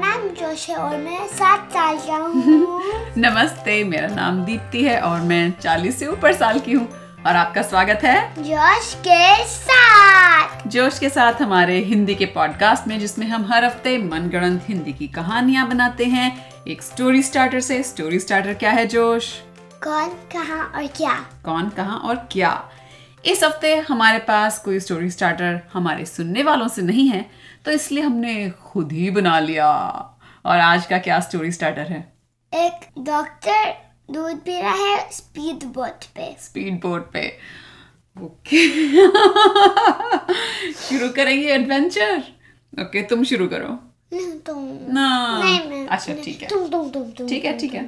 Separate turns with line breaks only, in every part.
संतोष है और मैं सात साल का हूँ
नमस्ते मेरा नाम दीप्ति है और मैं 40 से ऊपर साल की हूँ और आपका स्वागत है
जोश के साथ
जोश के साथ हमारे हिंदी के पॉडकास्ट में जिसमें हम हर हफ्ते मनगढ़ंत हिंदी की कहानियां बनाते हैं एक स्टोरी स्टार्टर से स्टोरी स्टार्टर क्या है जोश
कौन कहाँ और क्या
कौन कहाँ और क्या इस हफ्ते हमारे पास कोई स्टोरी स्टार्टर हमारे सुनने वालों से नहीं है तो इसलिए हमने खुद ही बना लिया और आज का क्या स्टोरी स्टार्टर है
एक डॉक्टर दूध पी रहा है स्पीड बोट पे
स्पीड बोट पे ओके शुरू करेंगे एडवेंचर ओके तुम शुरू करो
नहीं तुम
ना
नहीं मैं
अच्छा ठीक है
तुम तुम तुम तुम
ठीक है ठीक है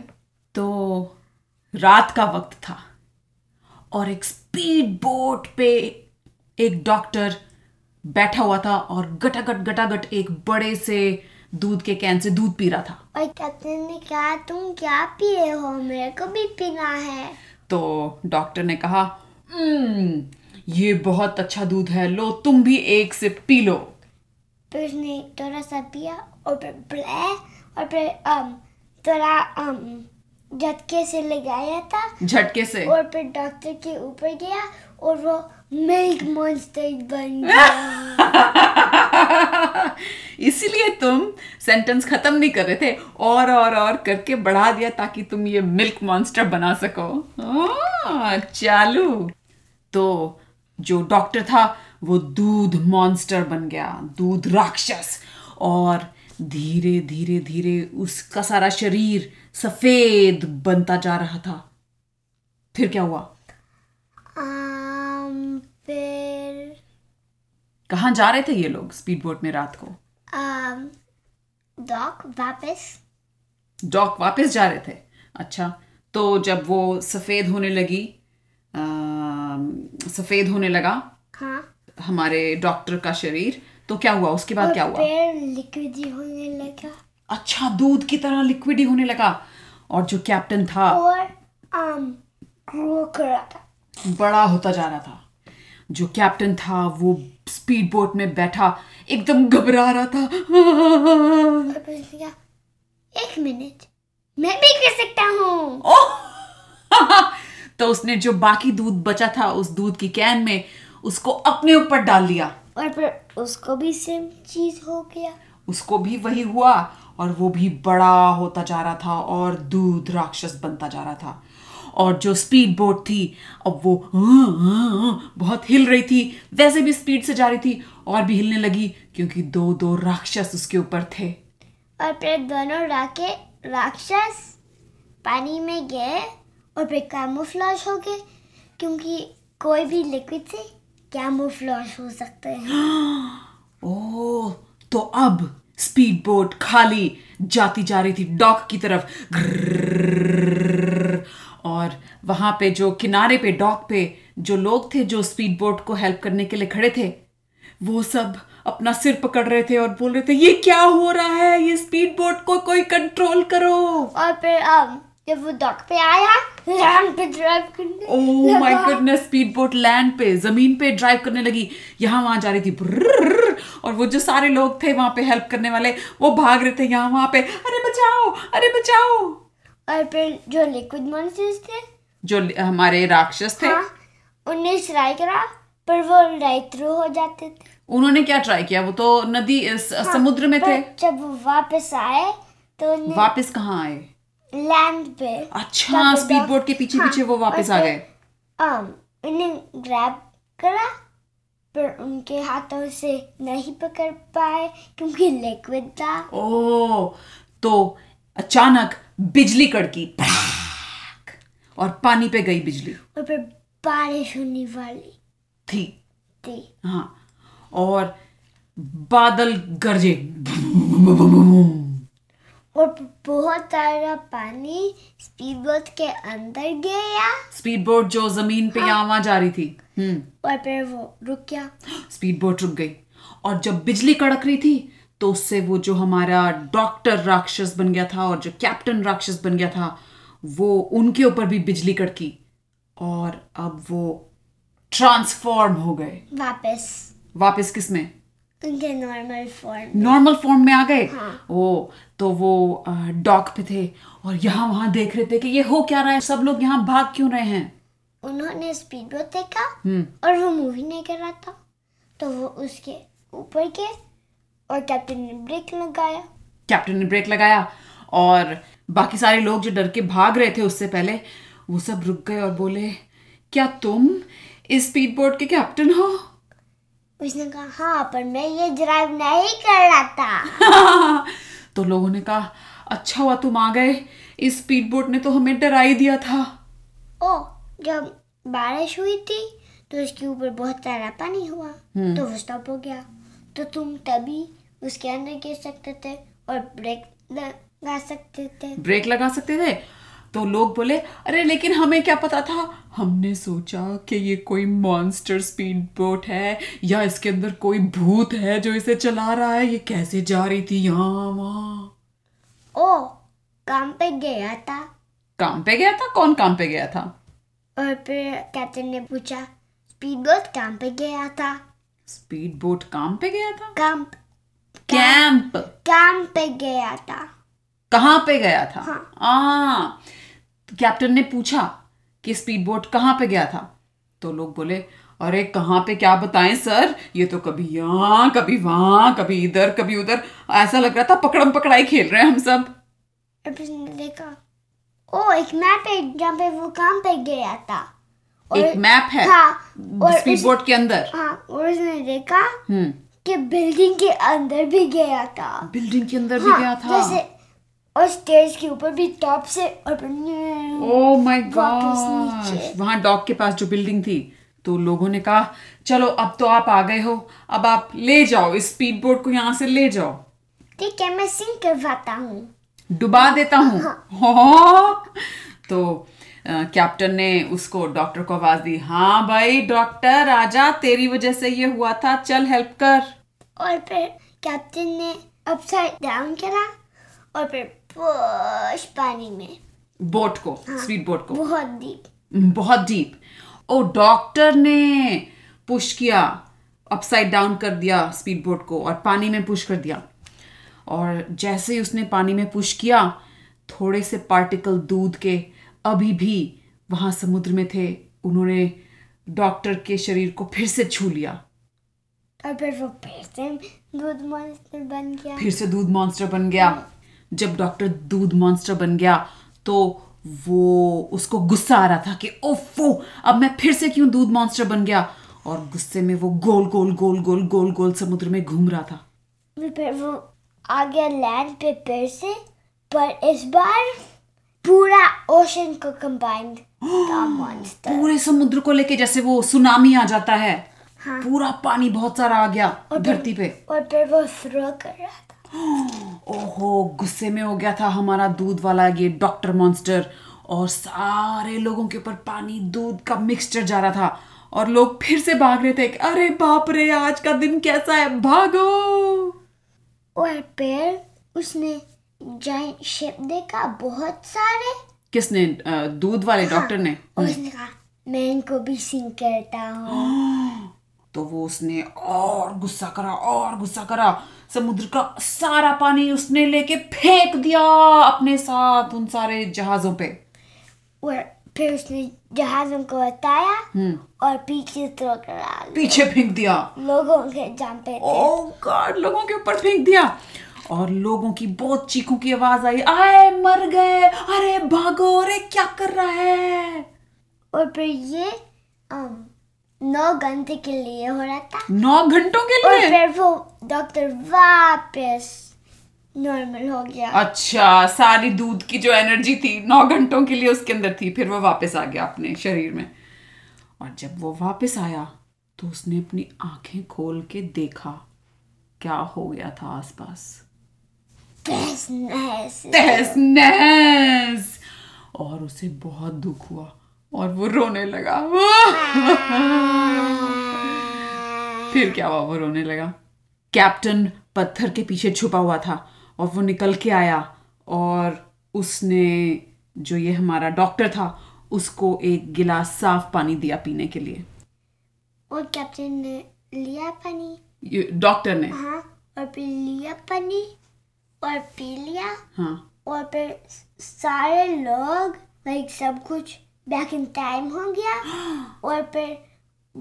तो रात का वक्त था और एक स्पीड बोट पे एक डॉक्टर बैठा हुआ था और गटागट गटागट एक बड़े से दूध के कैन से दूध पी रहा था
और कैप्टन ने कहा तुम क्या पी रहे हो मेरे को भी पीना है
तो डॉक्टर ने कहा "हम्म, ये बहुत अच्छा दूध है लो तुम भी एक सिप पी लो
फिर उसने थोड़ा सा पिया और फिर ब्लै और फिर अम थोड़ा अम झटके से लगाया था
झटके से
और फिर डॉक्टर के ऊपर गया और वो मिल्क मॉन्स्टर बन गया
इसीलिए तुम सेंटेंस खत्म नहीं कर रहे थे और और और करके बढ़ा दिया ताकि तुम ये मिल्क मॉन्स्टर बना सको आह, चालू तो जो डॉक्टर था वो दूध मॉन्स्टर बन गया दूध राक्षस और धीरे धीरे धीरे उसका सारा शरीर सफेद बनता जा रहा था फिर क्या हुआ
अम, फिर
कहाँ जा रहे थे ये लोग स्पीड बोट में रात को
अम डॉक वापस
डॉक वापस जा रहे थे अच्छा तो जब वो सफ़ेद होने लगी अम, सफ़ेद होने लगा
हाँ
हमारे डॉक्टर का शरीर तो क्या हुआ उसके बाद
और
क्या हुआ
फिर लिक्विड ही होने लगा
अच्छा दूध की तरह लिक्विड ही होने लगा और जो कैप्टन था
और अम ग्रो कर रहा था
बड़ा होता जा रहा था जो कैप्टन था वो स्पीड बोट में बैठा एकदम घबरा रहा था
और फिर उसने कहा एक मिनट मैं भी कर सकता हूँ
ओह! तो उसने जो बाकी दूध बचा था उस दूध की कैन में उसको अपने ऊपर डाल दिया
और फिर उसको भी सेम चीज हो गया
उसको भी वही हुआ और वो भी बड़ा होता जा रहा था और दूध राक्षस बनता जा रहा था और जो स्पीड बोट थी अब वो "हाँ, हाँ, हाँ" बहुत हिल रही थी वैसे भी स्पीड से जा रही थी और भी हिलने लगी क्योंकि दो दो राक्षस उसके ऊपर थे
और फिर दोनों राके राक्षस पानी में गए और फिर कैमोफ्लाज हो गए क्योंकि कोई भी लिक्विड से कैमोफ्लाज हो सकते हैं
ओह तो अब स्पीड बोट खाली जाती जा रही थी डॉक की तरफ घर्रर्रर्रर्रर्रर्रर्रर्रर्रर्रर्रर्रर्रर्रर्रर्रर्रर्रर्रर्रर्रर्रर्रर्रर्रर्रर्रर। और वहां पे जो किनारे पे डॉक पे जो लोग थे जो स्पीड बोट को हेल्प करने के लिए खड़े थे वो सब अपना सिर पकड़ रहे थे और बोल रहे थे ये क्या हो रहा है ये स्पीड बोट को कोई कंट्रोल करो
और फिर अब जब वो डॉक पे आया लैंड पे ड्राइव करने
oh my goodness speed boat land पे जमीन पे ड्राइव करने लगी यहाँ वहां जा रही थी ब्रर्रर्रर्र, और वो जो सारे लोग थे वहां पे हेल्प करने वाले वो भाग रहे थे यहाँ वहां पे अरे बचाओ अरे बचाओ
और फिर जो लिक्विड मॉन्स्टर्स थे
जो ल- हमारे राक्षस थे
हाँ उन्हें ट्राई करा पर वो राय थ्रू हो जाते थे
उन्होंने क्या ट्राई किया वो तो नदी इस-
हाँ,
समुद्र में थे
पर जब वो वापस आए तो उन्हें
वापस कहाँ आए
लैंड पे
अच्छा स्पीड बोट के पीछे पीछे वो वापस आ गए
um, उन्हें ग्रैब करा पर उनके हाथों से नहीं पकड़ पाए क्योंकि लिक्विड था
ओ तो अचानक बिजली कड़की पड़ाक, और पानी पे गई बिजली
और फिर बारिश होने वाली
थी
थी
हाँ और बादल गरजे
और फिर बहुत सारा पानी स्पीड बोट के अंदर गया
स्पीड बोट जो जमीन पे यहाँ वहाँ जा रही थी हम्म
और फिर वो रुक गया
स्पीड बोट रुक गई और जब बिजली कड़क रही थी तो उससे वो जो हमारा डॉक्टर राक्षस बन गया था और जो कैप्टन राक्षस बन गया था वो उनके ऊपर भी बिजली कड़की और अब वो ट्रांसफॉर्म हो गए
वापस
वापस किस में
उनके नॉर्मल फॉर्म
नॉर्मल फॉर्म में आ गए
हाँ।
ओ तो वो डॉक पे थे और यहाँ वहाँ देख रहे थे कि ये हो क्या रहा है सब लोग यहाँ भाग क्यों रहे हैं
उन्होंने स्पीड बोट देखा
हम्म
और वो मूवी नहीं कर रहा था तो वो उसके ऊपर के और कैप्टन ने ब्रेक लगाया
कैप्टन ने ब्रेक लगाया और बाकी सारे लोग जो डर के भाग रहे थे उससे पहले वो सब रुक गए और बोले क्या तुम इस स्पीड बोट के कैप्टन हो
उसने कहा हाँ पर मैं ये ड्राइव नहीं कर रहा था
तो लोगों ने कहा अच्छा हुआ तुम आ गए इस स्पीड बोट ने तो हमें डरा ही दिया था
ओ जब बारिश हुई थी तो उसके ऊपर बहुत सारा पानी हुआ तो वो स्टॉप हो गया तो तुम तभी उसके अंदर गिर सकते थे और ब्रेक लगा सकते थे
ब्रेक लगा सकते थे तो लोग बोले अरे लेकिन हमें क्या पता था हमने सोचा कि ये कोई मॉन्स्टर स्पीड बोट है या इसके अंदर कोई भूत है जो इसे चला रहा है ये कैसे जा रही थी यहाँ वहाँ
ओ काम पे गया था
काम पे गया था कौन काम पे गया था
और फिर कैप्टन ने पूछा स्पीड बोट काम पे गया था
स्पीड बोट काम पे गया था
काम
कैंप
काम पे गया था
कहाँ पे गया था
हाँ।
हाँ तो कैप्टन ने पूछा कि स्पीड बोट कहाँ पे गया था तो लोग बोले अरे कहाँ पे क्या बताएं सर ये तो कभी यहाँ कभी वहाँ कभी इधर कभी उधर ऐसा लग रहा था पकड़म पकड़ाई खेल रहे हैं हम सब
और फिर उसने देखा ओ एक मैप है जहाँ पे वो काम पे गया था
एक मैप है
हाँ और
स्पीड
उस,
बोट के अंदर
हाँ और उसने देखा
हम्म
कि बिल्डिंग के अंदर भी गया था
बिल्डिंग के अंदर भी
हाँ,
गया
जैसे
था
और स्टेज के ऊपर भी टॉप से और फिर-
ओ माय
वापस
गॉड
नीचे।
वहां डॉग के पास जो बिल्डिंग थी तो लोगों ने कहा चलो अब तो आप आ गए हो अब आप ले जाओ इस स्पीड बोट को यहाँ से ले जाओ
ठीक है मैं सिंग करवाता हूँ
डुबा देता हूँ हाँ। तो अ, कैप्टन ने उसको डॉक्टर को आवाज दी हाँ भाई डॉक्टर आजा तेरी वजह से ये हुआ था चल हेल्प कर
और फिर कैप्टन ने अपसाइड डाउन करा और फिर पुश पानी में
बोट को स्पीड बोट को
बहुत डीप
बहुत डीप ओ डॉक्टर ने पुश किया अपसाइड डाउन कर दिया स्पीड बोट को और पानी में पुश कर दिया और जैसे ही उसने पानी में पुश किया थोड़े से पार्टिकल दूध के अभी भी वहाँ समुद्र में थे उन्होंने डॉक्टर के शरीर को फिर से छू लिया
और फिर वो फिर से दूध मॉन्स्टर बन गया
फिर से दूध मॉन्स्टर बन गया जब डॉक्टर दूध मॉन्स्टर बन गया तो वो उसको गुस्सा आ रहा था कि ओफो अब मैं फिर से क्यों दूध मॉन्स्टर बन गया और गुस्से में वो गोल गोल गोल गोल गोल गोल समुद्र में घूम रहा था
और फिर वो आ गया लैंड पे फिर से पर इस बार पूरा ओशन को कंबाइंड था मॉन्स्टर
पूरे समुद्र को लेके जैसे वो सुनामी आ जाता है पूरा पानी बहुत सारा आ गया धरती पे
और फिर वो थ्रो कर रहा था
ओहो गुस्से में हो गया था हमारा दूध वाला ये डॉक्टर मॉन्स्टर और सारे लोगों के ऊपर पानी दूध का मिक्सचर जा रहा था और लोग फिर से भाग रहे थे कि, अरे बाप रे आज का दिन कैसा है भागो
और फिर उसने जाइंट शिप देखा बहुत सारे
किसने अ, दूध वाले डॉक्टर ने
और उसने कहा मैं इनको भी सिंग करता हूँ
तो वो उसने और गुस्सा करा और गुस्सा करा समुद्र का सारा पानी उसने लेके फेंक दिया अपने साथ उन सारे जहाजों पे
और फिर उसने जहाजों को बताया और पीछे थ्रो करा
पीछे फेंक दिया
लोगों के जाम पे थे
ओह गॉड Oh लोगों के ऊपर फेंक दिया और लोगों की बहुत चीखों की आवाज आई आए मर गए अरे भागो अरे क्या कर रहा है
और फिर ये अम, नौ घंटे के लिए हो रहा था
नौ घंटों के
और
लिए
फिर वो डॉक्टर वापस नॉर्मल हो गया
अच्छा सारी दूध की जो एनर्जी थी नौ घंटों के लिए उसके अंदर थी फिर वो वापस आ गया अपने शरीर में और जब वो वापस आया तो उसने अपनी आंखें खोल के देखा क्या हो गया था आसपास
बस नहस
तहस नहस और उसे बहुत दुख हुआ और वो रोने लगा फिर क्या हुआ वो रोने लगा कैप्टन पत्थर के पीछे छुपा हुआ था और वो निकल के आया और उसने जो ये हमारा डॉक्टर था उसको एक गिलास साफ पानी दिया पीने के लिए
और कैप्टन ने लिया पानी
ये डॉक्टर ने
हाँ और फिर लिया पानी और पी लिया
हाँ
और फिर सारे लोग लाइक सब कुछ बैक इन टाइम हो गया और फिर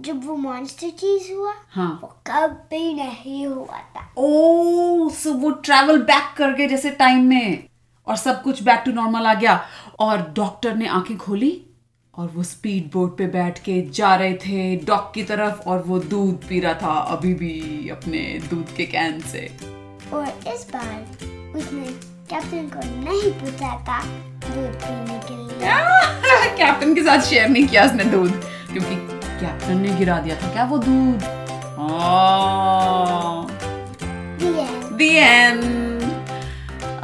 जब वो मॉन्स्टर चीज हुआ
हाँ
वो कभी नहीं हुआ था
ओ सो Oh, वो ट्रैवल बैक कर गए जैसे टाइम में और सब कुछ बैक टू नॉर्मल आ गया और डॉक्टर ने आंखें खोली और वो स्पीड बोट पे बैठ के जा रहे थे डॉक की तरफ और वो दूध पी रहा था अभी भी अपने दूध के कैन से
और इस बार उसने कैप्टन को नहीं पूछा था दूध पीने के लिए
कैप्टन के साथ शेयर नहीं किया उसने दूध क्योंकि कैप्टन ने गिरा दिया था क्या वो दूध आह।
The end.
The end.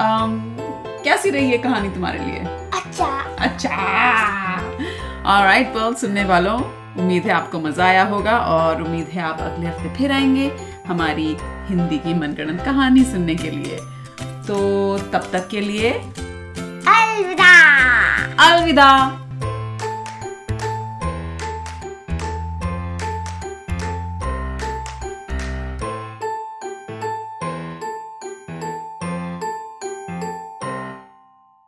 Um, कैसी रही ये कहानी तुम्हारे लिए
अच्छा
अच्छा ऑलराइट पर्ल सुनने वालों उम्मीद है आपको मजा आया होगा और उम्मीद है आप अगले हफ्ते फिर आएंगे हमारी हिंदी की मनगणन कहानी सुनने के लिए तो तब तक के लिए
अलविदा
अलविदा